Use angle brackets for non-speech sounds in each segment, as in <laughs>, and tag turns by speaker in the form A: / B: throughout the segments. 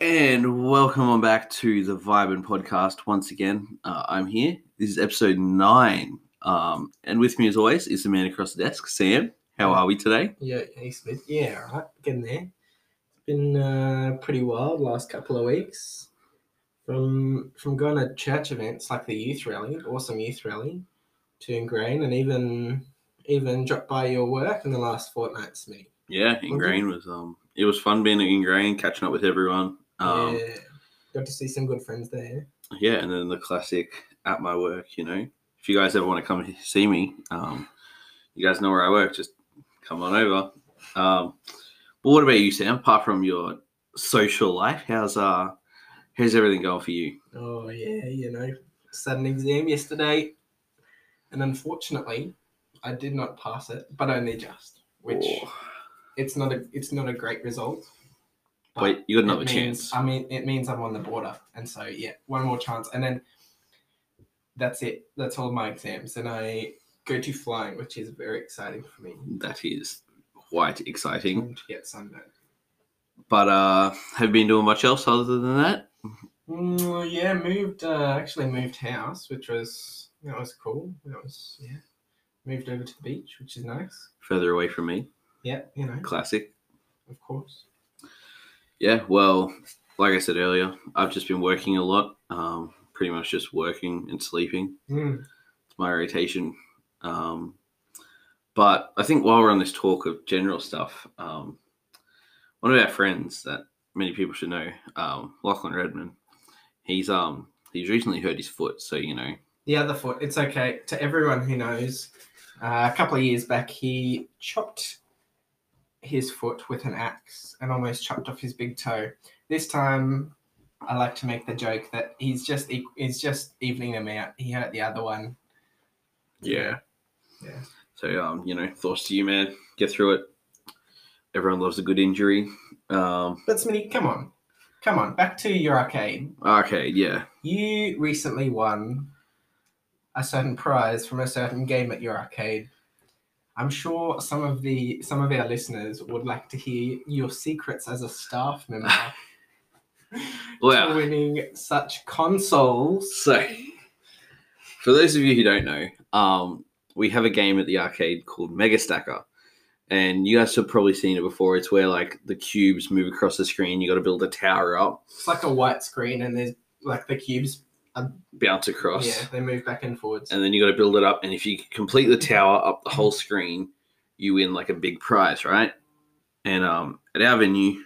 A: And welcome on back to the Vibin podcast once again. Uh, I'm here. This is episode nine. Um, and with me, as always, is the man across the desk, Sam. How are we today?
B: Yeah, hey Smith. Yeah, all right, getting there. It's been uh, pretty wild last couple of weeks. From from going to church events like the youth rally, awesome youth rally, to Ingrain, and even even drop by your work in the last fortnight, Smith.
A: Yeah, Ingrain was um, it was fun being at Ingrain, catching up with everyone. Um, yeah.
B: yeah, got to see some good friends there.
A: and then the classic at my work. You know, if you guys ever want to come see me, um, you guys know where I work. Just come on over. Um, but what about you, Sam? Apart from your social life, how's uh, how's everything going for you?
B: Oh yeah, you know, sat an exam yesterday, and unfortunately, I did not pass it, but only just, which.
A: Oh.
B: it's not a it's not a great result. but
A: Wait, you got
B: it
A: another
B: means-
A: chance.
B: I mean, it means I'm on the border, and so yeah, one more chance, and then that's it. That's all my exams, and I go to flying, which is very exciting for me.
A: that is quite exciting.
B: Time to get sunburned.
A: But uh, have you been doing much else other than that?
B: Mm, yeah, moved. Uh, actually, moved house, which was that was cool. That was yeah. Moved over to the beach, which is nice.
A: Further away from me,
B: Yeah, you know,
A: classic.
B: of course.
A: Yeah, well, like I said earlier, I've just been working a lot. Um, pretty much just working and sleeping.
B: Mm,
A: It's my rotation. Um, but I think while we're on this talk of general stuff, um, one of our friends that many people should know, um, Lachlan Redman, he's um he's recently hurt his foot, so you know
B: The other foot. It's okay. To everyone who knows, uh, a couple of years back, he chopped his foot with an axe and almost chopped off his big toe. This time, I like to make the joke that he's just e- he's just evening them out. He hurt the other one.
A: Yeah.
B: Yeah.
A: So um, you know, thoughts to you, man. Get through it. Everyone loves a good injury. Um
B: But Smitty, come on, come on, back to your arcade.
A: arcade, yeah.
B: You recently won a certain prize from a certain game at your arcade. I'm sure some of the some of our listeners would like to hear your secrets as a
A: <laughs>
B: staff member to
A: Wow.
B: winning such consoles.
A: So for those of you who don't know, um, we have a game at the arcade called Mega Stacker. And you guys have probably seen it before. It's where like the cubes move across the screen, you gotta build a tower up,
B: It's like a white screen, and there's like the cubes.
A: bounce across.
B: Yeah, they move back and forwards.
A: And then you gotta build it up, and if you complete the tower up the whole screen, you win like a big prize, right? And um, at our venue,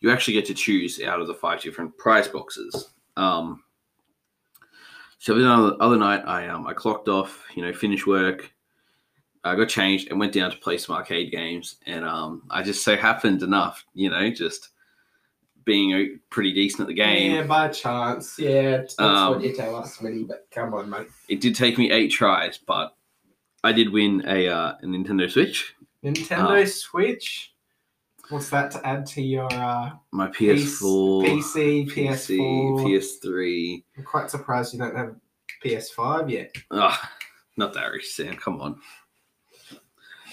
A: you actually get to choose out of the five different prize boxes. Um, so the other- other night, I um, I clocked off, you know, finished work, I got changed, and went down to play some arcade games. And um, I just so happened enough, you know, just being uh, pretty decent at the game.
B: Yeah, by chance. Yeah, that's
A: Um,
B: what you tell us, Smitty. But come on, mate.
A: It did take me eight tries, but I did win a uh, a Nintendo Switch. uh,
B: Nintendo Switch. What's that to add to your uh,
A: My PS4,
B: PC,
A: PC,
B: PS4.
A: PS3.
B: I'm quite surprised you don't have PS5 yet. <laughs>
A: Ah, not that rich, Sam. Come on.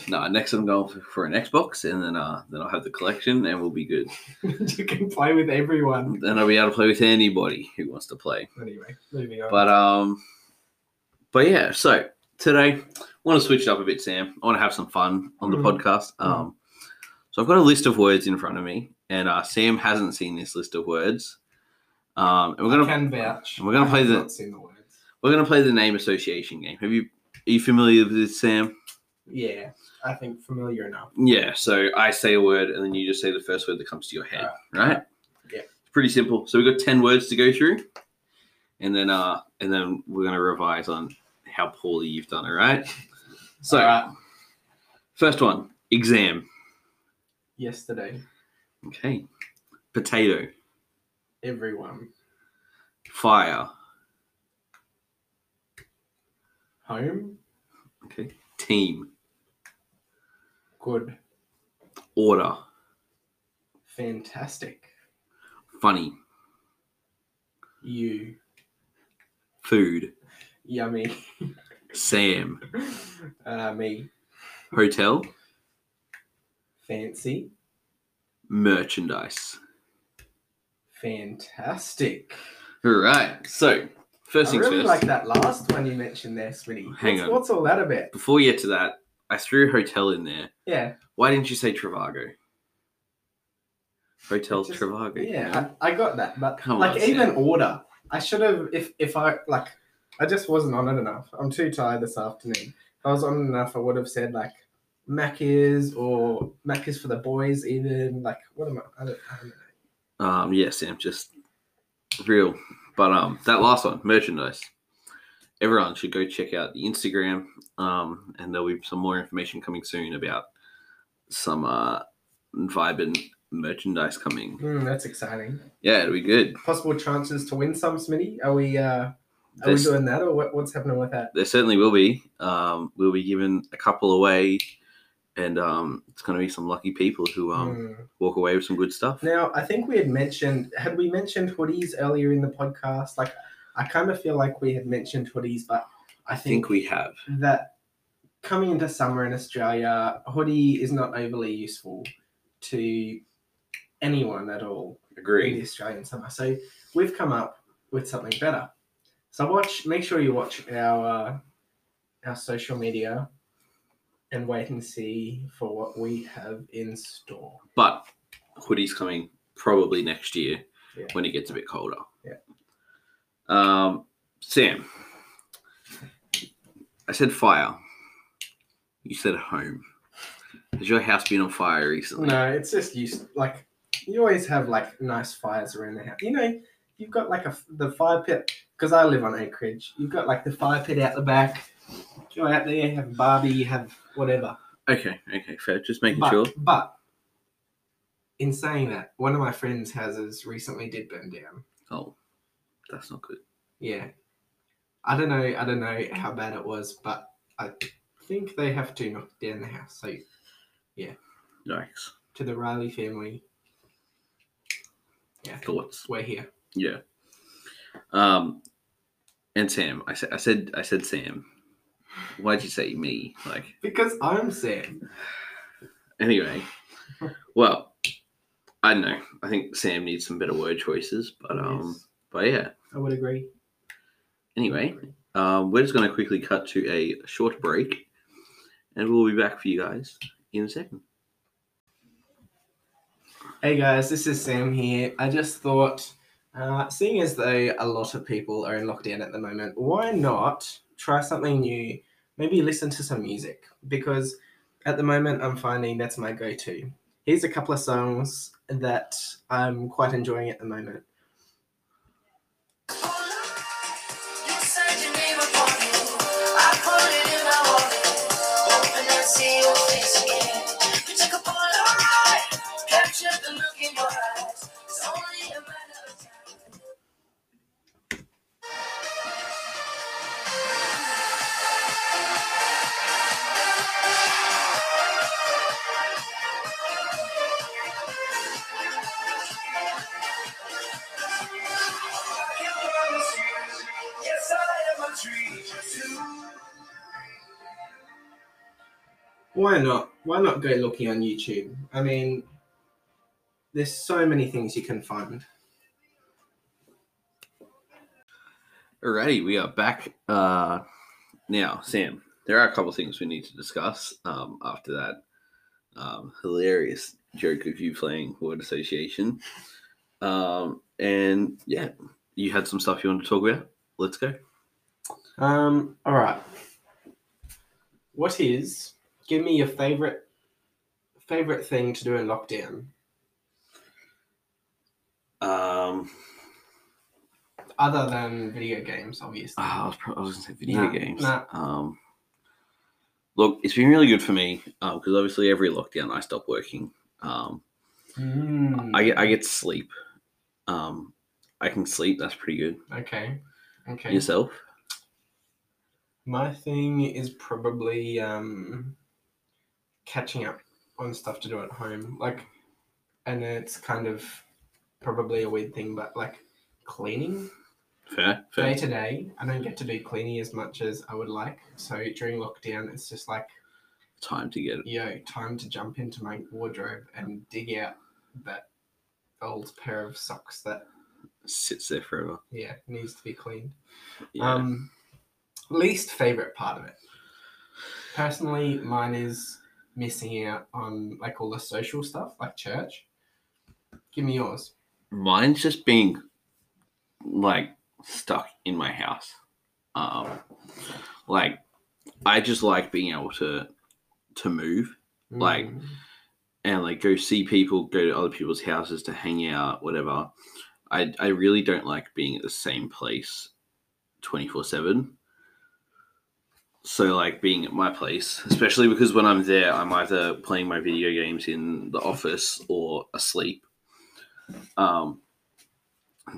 A: No, next I'm going for, for an Xbox, and then uh, then I'll have the collection, and we'll be good.
B: you can play with everyone.
A: Then I'll be able to play with anybody who wants to play.
B: Anyway, moving on.
A: But um, but yeah. So today, I want to switch it up a bit, Sam. I want to have some fun on the
B: Mm.
A: podcast. Um, so I've got a list of words in front of me, and uh, Sam hasn't seen this list of words. Um, and we're
B: I
A: gonna
B: can vouch.
A: we're gonna
B: I
A: play
B: have
A: the-
B: not seen the words.
A: we're gonna play the name association game. Have you are you familiar with this, Sam?
B: Yeah, I think familiar enough.
A: Yeah. So I say a word, and then you just say the first word that comes to your head, right?
B: Yeah.
A: It's pretty simple. So we've got ten words to go through, and then uh, and then we're gonna revise on how poorly you've done. All right. So.
B: Alright,
A: First one, exam.
B: yesterday,
A: Okay. Potato.
B: everyone
A: Fire.
B: home,
A: Okay. Team.
B: good,
A: Order.
B: fantastic,
A: Funny.
B: you,
A: Food.
B: yummy, <laughs>
A: Sam.
B: uh, me,
A: Hotel.
B: fancy,
A: Merchandise.
B: Fantastic.
A: All right. So, first
B: I
A: things
B: really
A: first.
B: like that last one you mentioned there, Smitty.
A: Hang
B: what's,
A: on.
B: what's all that about?
A: Before you get to that, I threw hotel in there.
B: Yeah,
A: Why didn't you say Travago? Hotel
B: Just-
A: Travago. you know?
B: yeah, I, I got that, but
A: Come
B: like
A: on,
B: even
A: Sam.
B: order, I should have. If if I like, I just wasn't on it enough. I'm too tired this afternoon. If I was on enough, I would have said like Macca's or Macca's for the boys. Even like what am I? I don't, I don't know.
A: Um, yeah, Sam, just real. But um, that last one, merchandise. Everyone should go check out the Instagram, um, and there'll be some more information coming soon about some uh, vibrant merchandise coming.
B: Hmm, that's exciting.
A: Yeah, it'll be good.
B: Possible chances to win some, Smitty. Are we? uh Are we
A: There's-
B: doing that, or what, what's happening with that?
A: There certainly will be. Um, we'll be giving a couple away, and um, it's going to be some lucky people who um,
B: Hmm.
A: walk away with some good stuff.
B: Now, I think we had mentioned, had we mentioned hoodies earlier in the podcast? Like, I kind of feel like we had mentioned hoodies, but I
A: I think
B: think,
A: we have.
B: that coming into summer in Australia, a hoodie is not overly useful to anyone at all in the
A: Agreed.
B: Australian summer. So we've come up with something better. So watch, make sure you watch our uh, our social media and wait and see for what we have in store.
A: But hoodies coming probably next year
B: Yeah.
A: when it gets a bit colder.
B: Yeah.
A: Um, Sam, I said fire. You said home. Has your house been on fire recently?
B: No, it's just you. Like you always have like nice fires around the house. You know, you've got like a f- the fire pit because I live on acreage. You've got like the fire pit out the back. Go out there, have a barbie, you have whatever.
A: Okay, okay, fair. Just making
B: But,
A: sure.
B: but in saying that, one of my friends' houses recently did burn down.
A: Oh, that's not good.
B: Yeah, I don't know. I don't know how bad it was, but I think they have to knock down the house. So
A: Yikes.
B: to the Riley family, yeah,
A: Thoughts?
B: we're here.
A: Yeah. Um, and Sam, I said, I said, I said, Sam. Why'd you say me? Like,
B: Because I'm Sam.
A: Anyway, well, I don't know. I think Sam needs some better word choices, but um,
B: Yes,
A: but yeah.
B: I would agree.
A: Anyway, um, we're just gonna quickly cut to a short break, and we'll be back for you guys in a second.
B: Hey guys, this is Sam here. I just thought, uh, seeing as though a lot of people are in lockdown at the moment, why not try something new? Maybe listen to some music because at the moment I'm finding that's my go to. Here's a couple of songs that I'm quite enjoying at the moment.
C: You said your name upon you. I put it in my wallet. Hoping I'd see your face again. You took a Polaroid, captured the look in your eyes. It's only a matter of time. I can promise you, yes, I am a tree to
B: Why not? Why not go looking on YouTube? I mean, there's so many things you can find.
A: Alrighty, we are back. Uh, now, Sam, there are a couple things we need to discuss. Um, after that, um, hilarious joke of you playing word association. Um, and yeah, you had some stuff you wanted to talk about. Let's go.
B: Um, all right. What is? Give me your favorite favorite thing to do in lockdown.
A: Um,
B: Other than video games, obviously.
A: Ah, I was, pro- I was gonna say video
B: Nah,
A: games.
B: nah.
A: Um, look, it's been really good for me because obviously every lockdown I stop working. Um,
B: Mm,
A: I get I get sleep. Um, I can sleep. That's pretty good.
B: okay. Okay.
A: Yourself?
B: My thing is probably um catching up on stuff to do at home. Like and it's kind of probably a weird thing, but like cleaning.
A: Fair, fair.
B: day to day, I don't get to do cleaning as much as I would like. So during lockdown, it's just like,
A: Time to get it.
B: yo, time to jump into my wardrobe and dig out that old pair of socks that
A: Sits there forever.
B: yeah needs to be cleaned.
A: Yeah.
B: Um, least favorite part of it. Personally, mine is missing out on like all the social stuff, like church. Give me yours.
A: mine's just being like stuck in my house. Um, like I just like being able to to move Like-
B: Mm,
A: and like go see people, go to other people's houses to hang out, whatever. I I really don't like being at the same place twenty four seven. So like being at my place, especially because when I'm there, I'm either playing my video games in the office or asleep. Um,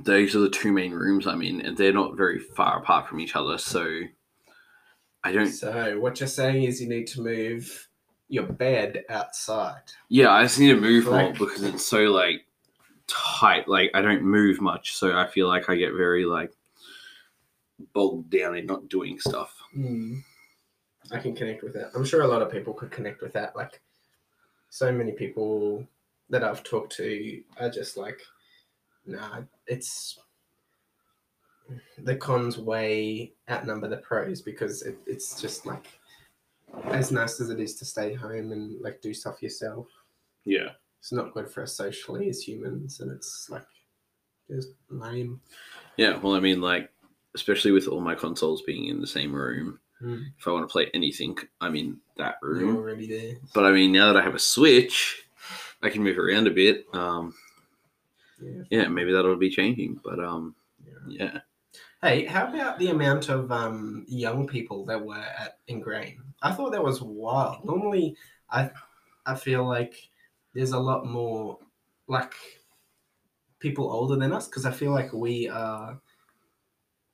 A: those are the two main rooms I'm in, and they're not very far apart from each other. So I don't
B: so what you're saying is you need to move your bed outside.
A: Yeah, I just need to move more
B: Like-
A: because it's so like tight. Like I don't move much, so I feel like I get very like bogged down in not doing stuff.
B: I can connect with that. I'm sure a lot of people could connect with that. Like, so many people that I've talked to are just like, nah, it's the cons way outnumber the pros because it, it's just like as nice as it is to stay home and like do stuff yourself.
A: Yeah.
B: It's not good for us socially as humans, and it's like just lame.
A: Yeah. Well, I mean, like especially with all my consoles being in the same room,
B: Mm.
A: if I want to play anything, I'm in that
B: You're
A: room.
B: already there.
A: Mm-hmm. But I mean, now that I have a Switch, I can move around a bit. Um,
B: Yeah.
A: yeah, maybe that'll be changing. But um, yeah.
B: Hey, how about the amount of um, young people that were at Ingrain? I thought that was wild. Normally, I I feel like there's a lot more like people older than us because I feel like we are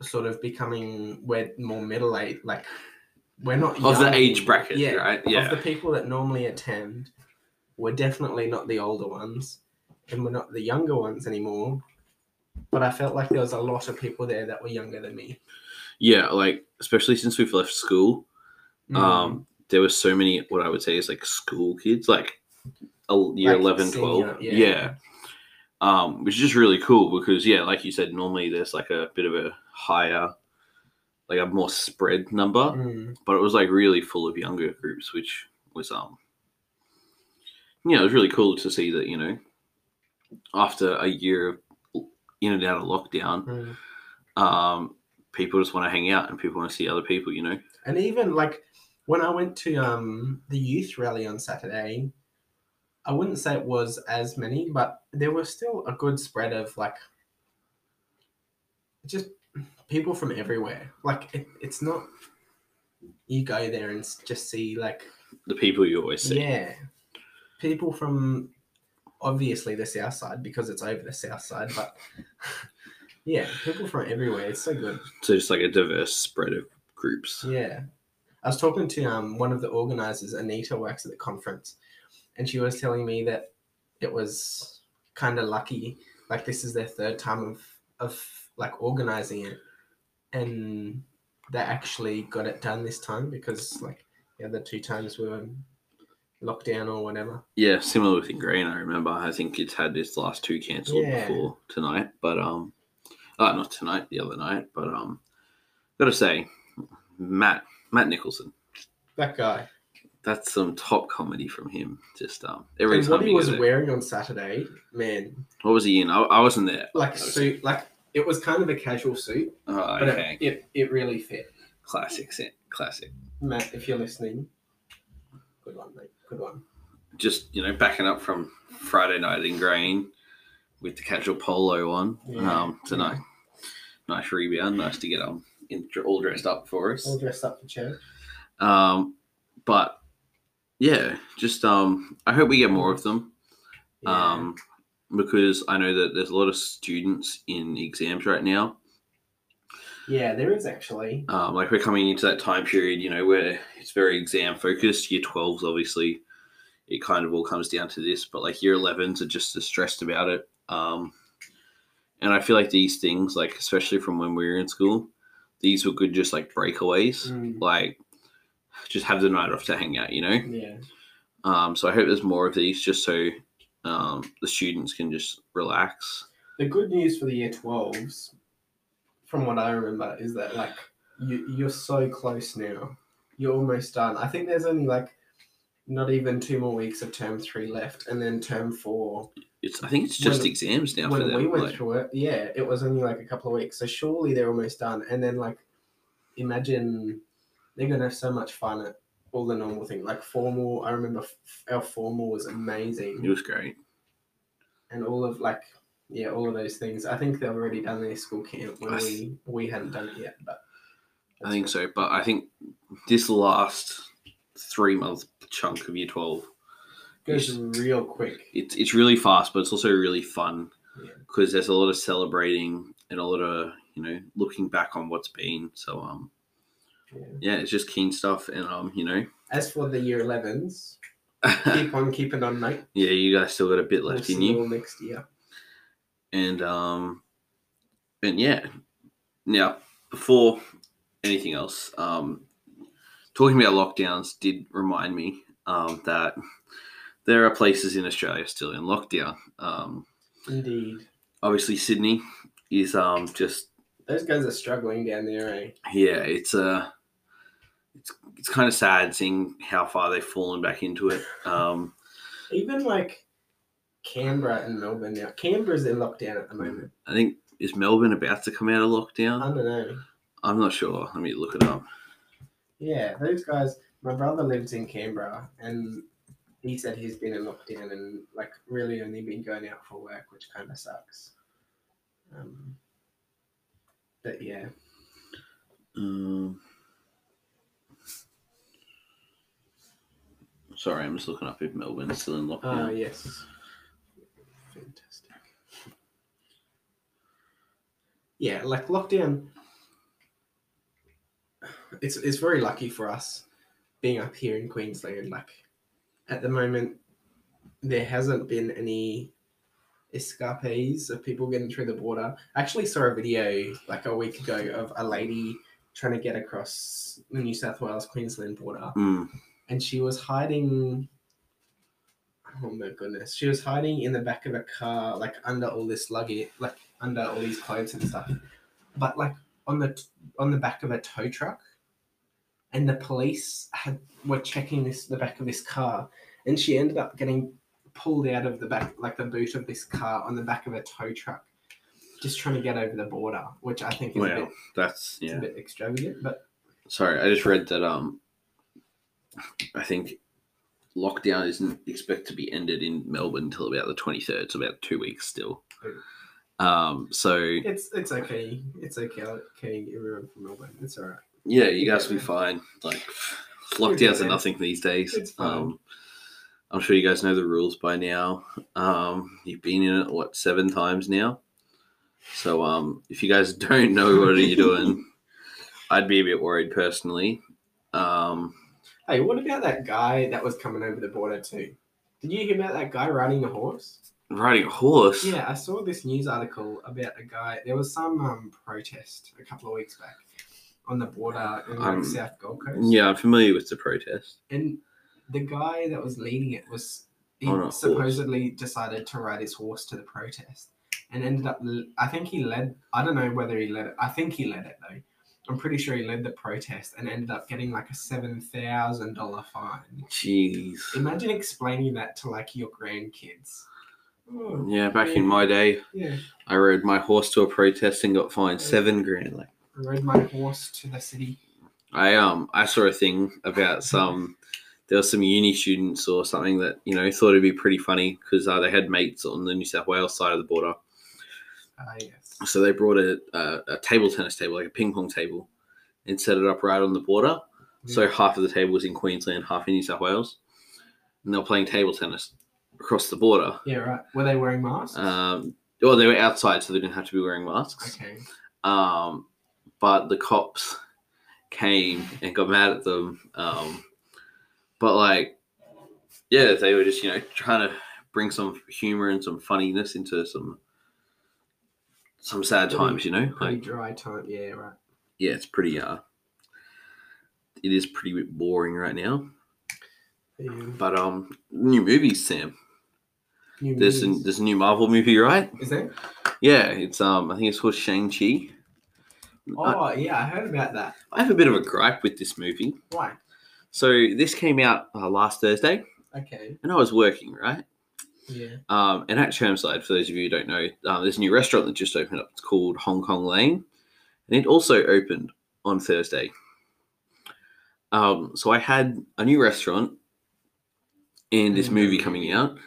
B: sort of becoming we're more middle age. Like we're not
A: Of the
B: young
A: age
B: anymore.
A: bracket, right? Yeah.
B: Of the people that normally attend, we're definitely not the older ones, and we're not the younger ones anymore. But I felt like there was a lot of people there that were younger than me.
A: Yeah. Like especially since we've left school,
B: Mm.
A: um there was so many what i would say is like school kids like el- year
B: Like
A: 11
B: senior,
A: 12
B: yeah.
A: yeah. um which is just really cool because yeah like you said normally there's like a bit of a higher like a more spread number
B: Mm.
A: but it was like really full of younger groups which was um yeah it was really cool to see that you know after a year of l- in and out of lockdown
B: Mm.
A: um people just want to hang out and people want to see other people you know
B: And even like when I went to um the youth rally on Saturday, I wouldn't say it was as many, but there was still a good spread of like just people from everywhere. Like it, it's not you go there and s- just see like
A: the people you always see
B: Yeah. People from obviously the south side because it's over the south side, but <laughs> yeah, people from everywhere. It's so good.
A: So just like a diverse spread of groups.
B: Yeah. I was talking to um, one of the organizers, Anita works at the conference, and she was telling me that it was kind of lucky. Like this is their third time of of like organizing it, and they actually got it done this time because like the other two times we were in lockdown or whatever.
A: Yeah, similar with Ingrain, I remember. I think it's had its last two cancelled
B: Yeah.
A: before tonight, but um oh not tonight, the other night, but um gotta say, Matt Matt Nicholson.
B: That guy.
A: That's some top comedy from him. Just um every
B: And
A: time
B: what he
A: you go
B: was
A: there.
B: wearing on Saturday, man,
A: What was he in? I, I wasn't there.
B: like
A: Okay.
B: suit, like it was kind of a casual suit,
A: Oh,
B: but
A: okay.
B: it, it it really fit.
A: Classic set. Classic.
B: Matt, if you're listening, good one, mate. Good one.
A: Just, you know, backing up from Friday night in Grain with the casual polo on
B: Yeah,
A: um tonight. Nice rebound, nice to get um in, all dressed up for us.
B: All dressed up for church.
A: Um, but yeah, just um, I hope we get more of them. Um, because I know that there's a lot of students in exams right now.
B: yeah, there is actually.
A: Um, like we're coming into that time period, you know, where it's very exam focused. Year 12s, obviously, it kind of all comes down to this, but like year 11s are just as stressed about it. Um, and I feel like these things, like especially from when we were in school, these were good, just like breakaways,
B: Mm,
A: like just have the night off to hang out, you know.
B: yeah.
A: Um, so I hope there's more of these, just so um, the students can just relax.
B: The good news for the year 12s, from what I remember, is that like you, you're so close now. You're almost done. I think there's only like not even two more weeks of term three left, and then term four.
A: It's I think it's just
B: When-
A: exams now for
B: when
A: them.
B: we went
A: like-
B: through it, yeah, it was only like a couple of weeks. So surely they're almost done. And then like, imagine they're gonna have so much fun at all the normal thing. Like formal, I remember f- our formal was amazing,
A: it was great.
B: and all of like, yeah, all of those things. I think they've already done their school camp when
A: I th-
B: we we hadn't done it yet, but
A: I think so, but I think this last three month chunk of year twelve,
B: goes real quick.
A: it's it's really fast, but it's also really fun
B: Yeah.
A: because there's a lot of celebrating and a lot of you know looking back on what's been. So um,
B: Yeah.
A: yeah, it's just keen stuff, and um, you know,
B: As for the
A: <laughs>
B: year 11s,
A: yeah,
B: keep on keeping on, mate.
A: you guys still got a bit
B: We'll
A: left
B: see
A: in
B: you
A: you.
B: all next year.
A: and um and yeah now before anything else um talking about lockdowns did remind me um that there are places in australia still in lockdown um
B: Indeed.
A: obviously sydney is um just
B: Those guys are struggling down there, eh?
A: yeah it's uh it's, it's kind of sad seeing how far they've fallen back into it um
B: Even like Canberra and Melbourne now. Canberra's in lockdown at the moment.
A: i think is melbourne about to come out of
B: I
A: lockdown
B: don't know.
A: i'm not sure let me look it up
B: Yeah, those guys. My brother lives in Canberra and he said he's been in lockdown and like really only been going out for work, which kind of sucks. Um, but yeah,
A: Um, sorry, I'm just looking up if Melbourne's still in
B: oh,
A: lockdown.
B: yes. Fantastic. Yeah, like lockdown. It's it's very lucky for us being up here in Queensland. Like at the moment, there hasn't been any escapees of people getting through the border. I actually saw a video like a week ago of a lady trying to get across the New South Wales Queensland border
A: Mm,
B: and she was hiding. Oh my goodness, she was hiding in the back of a car, like under all this luggage, like under all these clothes and stuff, but like on the t- on the back of a tow truck. And the police had were checking this the back of this car, and she ended up getting pulled out of the back, like the boot of this car, on the back of a tow truck, just trying to get over the border, which I think is a,
A: well,
B: bit,
A: that's
B: it's a
A: yeah.
B: bit extravagant, but
A: Sorry, I just read that. Um, I think lockdown isn't expected to be ended in Melbourne until about the 23rd. So about two weeks still.
B: Oh.
A: Um, so
B: it's it's okay, it's okay, okay, everyone from Melbourne, it's all right.
A: yeah, you guys will be fine. Like lockdowns are
B: fine.
A: nothing these days.
B: It's fine.
A: Um, I'm sure you guys know the rules by now. Um, you've been in it what seven times now. So um, if you guys <laughs> don't know what are you
B: <laughs>
A: doing, I'd be a bit worried personally. Um,
B: Hey, what about that guy that was coming over the border too? Did you hear about that guy riding a horse?
A: riding a horse.
B: Yeah, I saw this news article about a guy. There was some um, protest a couple of weeks back on the border in like
A: Um,
B: South Gold Coast.
A: Yeah, I'm familiar with the protest.
B: And the guy that was leading it was he
A: On a horse.
B: supposedly decided to ride his horse to the protest and ended up. l- I think he led. I don't know whether he led it. I think he led it though. I'm pretty sure he led the protest and ended up getting like a seven thousand dollar fine.
A: Jeez.
B: Imagine explaining that to like your grandkids. Oh,
A: Yeah, back in my day,
B: yeah.
A: I rode my horse to a protest and got fined seven grand. Like.
B: I rode my horse to the city.
A: I um I saw a thing about some there were some uni students or something that you know thought it'd be pretty funny because uh, they had mates on the New South Wales side of the border,
B: Ah, yes.
A: so they brought a, a a table tennis table like a ping pong table and set it up right on the border.
B: Hmm.
A: So half of the table was in Queensland, half in New South Wales, and they were playing table tennis across the border.
B: yeah, right. Were they wearing masks?
A: Um, well, they were outside, so they didn't have to be wearing masks.
B: okay.
A: um, but the cops came and got mad at them. Um, but like, yeah, they were just you know trying to bring some humor and some funniness into some some sad
B: Pretty-
A: times, you know.
B: Pretty
A: Like,
B: dry time. Yeah, right.
A: yeah, it's pretty uh, it is pretty bit boring right now.
B: Yeah.
A: But um, new movies, Sam.
B: New
A: There's a,
B: movies.
A: there's a new Marvel movie, right?
B: Is there?
A: Yeah, it's um I think it's called Shang Chi. I,
B: Oh, yeah, I heard about that.
A: I have a bit of a gripe with this movie.
B: Why?
A: So this came out uh, last Thursday,
B: Okay.
A: and I was working right.
B: Yeah.
A: Um, and at Chermside, for those of you who don't know, uh, there's a new restaurant that just opened up. It's called Hong Kong Lane, and it also opened on Thursday. Um, so I had a new restaurant and this
B: Mm.
A: movie coming out,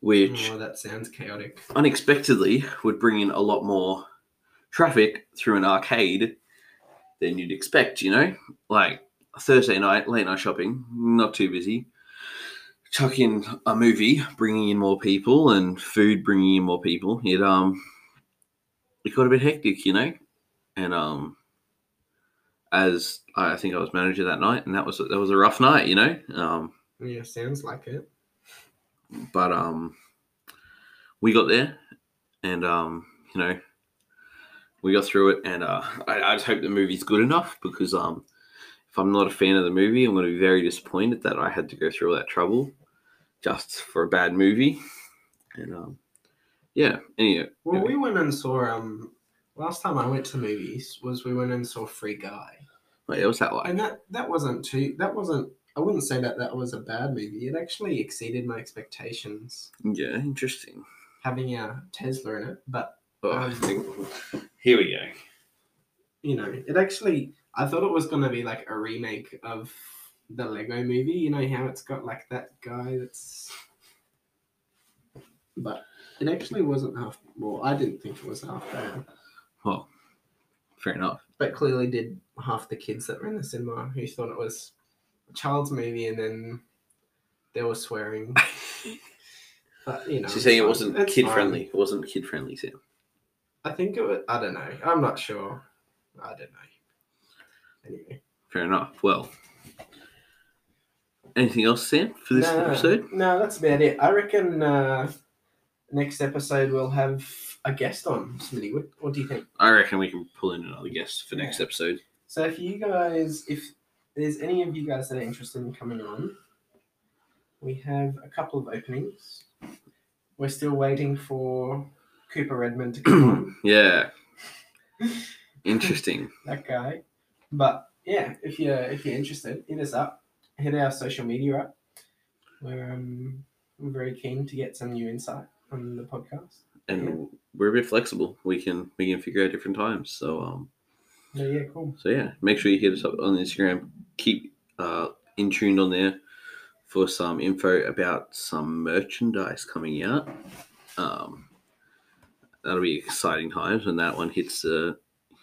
A: which
B: Oh, that sounds chaotic.
A: unexpectedly would bring in a lot more traffic through an arcade than you'd expect, you know? Like Thursday night, late night shopping, not too busy. Chuck in a movie, bringing in more people, and food bringing in more people. It um, it got a bit hectic, you know, and um, as I think I was manager that night, and that was that was a rough night, you know. Um,
B: Yeah, sounds like it.
A: but um we got there and um you know we got through it and uh I, I just hope the movie's good enough because um if i'm not a fan of the movie i'm going to be very disappointed that i had to go through all that trouble just for a bad movie and um yeah anyway
B: Well, we went and saw um last time I went to movies was we went and saw Free Guy,
A: wait, what's that like
B: and that that wasn't too that wasn't I wouldn't say that that was a bad movie. It actually exceeded my expectations
A: yeah interesting
B: having a Tesla in it, but
A: oh,
B: Um,
A: think- here we go
B: you know it actually I thought it was gonna be like a remake of the Lego Movie. You know how it's got like that guy that's, but it actually wasn't half. Well, I didn't think it was half bad.
A: well fair enough
B: but clearly did half the kids that were in the cinema who thought it was a child's movie and then they were swearing. But you know,
A: she's saying it
B: it's
A: wasn't
B: fine. It's
A: kid
B: fine.
A: friendly it wasn't kid friendly sam
B: I think it was. I don't know. I'm not sure. I don't know. Anyway,
A: Fair enough. Well, anything else, Sam, for this
B: no,
A: episode?
B: No, that's about it. I reckon uh, next episode we'll have a guest on. Smitty, what, what do you think?
A: I reckon we can pull in another guest for next episode.
B: So if you guys, if there's any of you guys that are interested in coming on, we have a couple of openings. We're still waiting for Cooper Redmond to
A: <clears throat>
B: come on,
A: yeah.
B: <laughs>
A: Interesting.
B: that guy. But yeah, if you're if you're interested, hit us up. Hit our social media up. We're um, we're very keen to get some new insight on the podcast.
A: And we're a bit flexible. We can we can figure out different times. So um
B: So yeah, cool.
A: so yeah, make sure you hit us up on Instagram. Keep uh in tuned on there for some info about some merchandise coming out. Um that'll be exciting times when that one hits the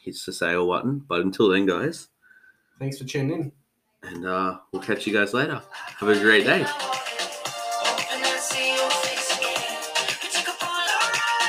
A: hits the sale button. But until then guys,
B: Thanks for tuning in.
A: And uh, we'll catch you guys later. Have a great day.
C: Bye.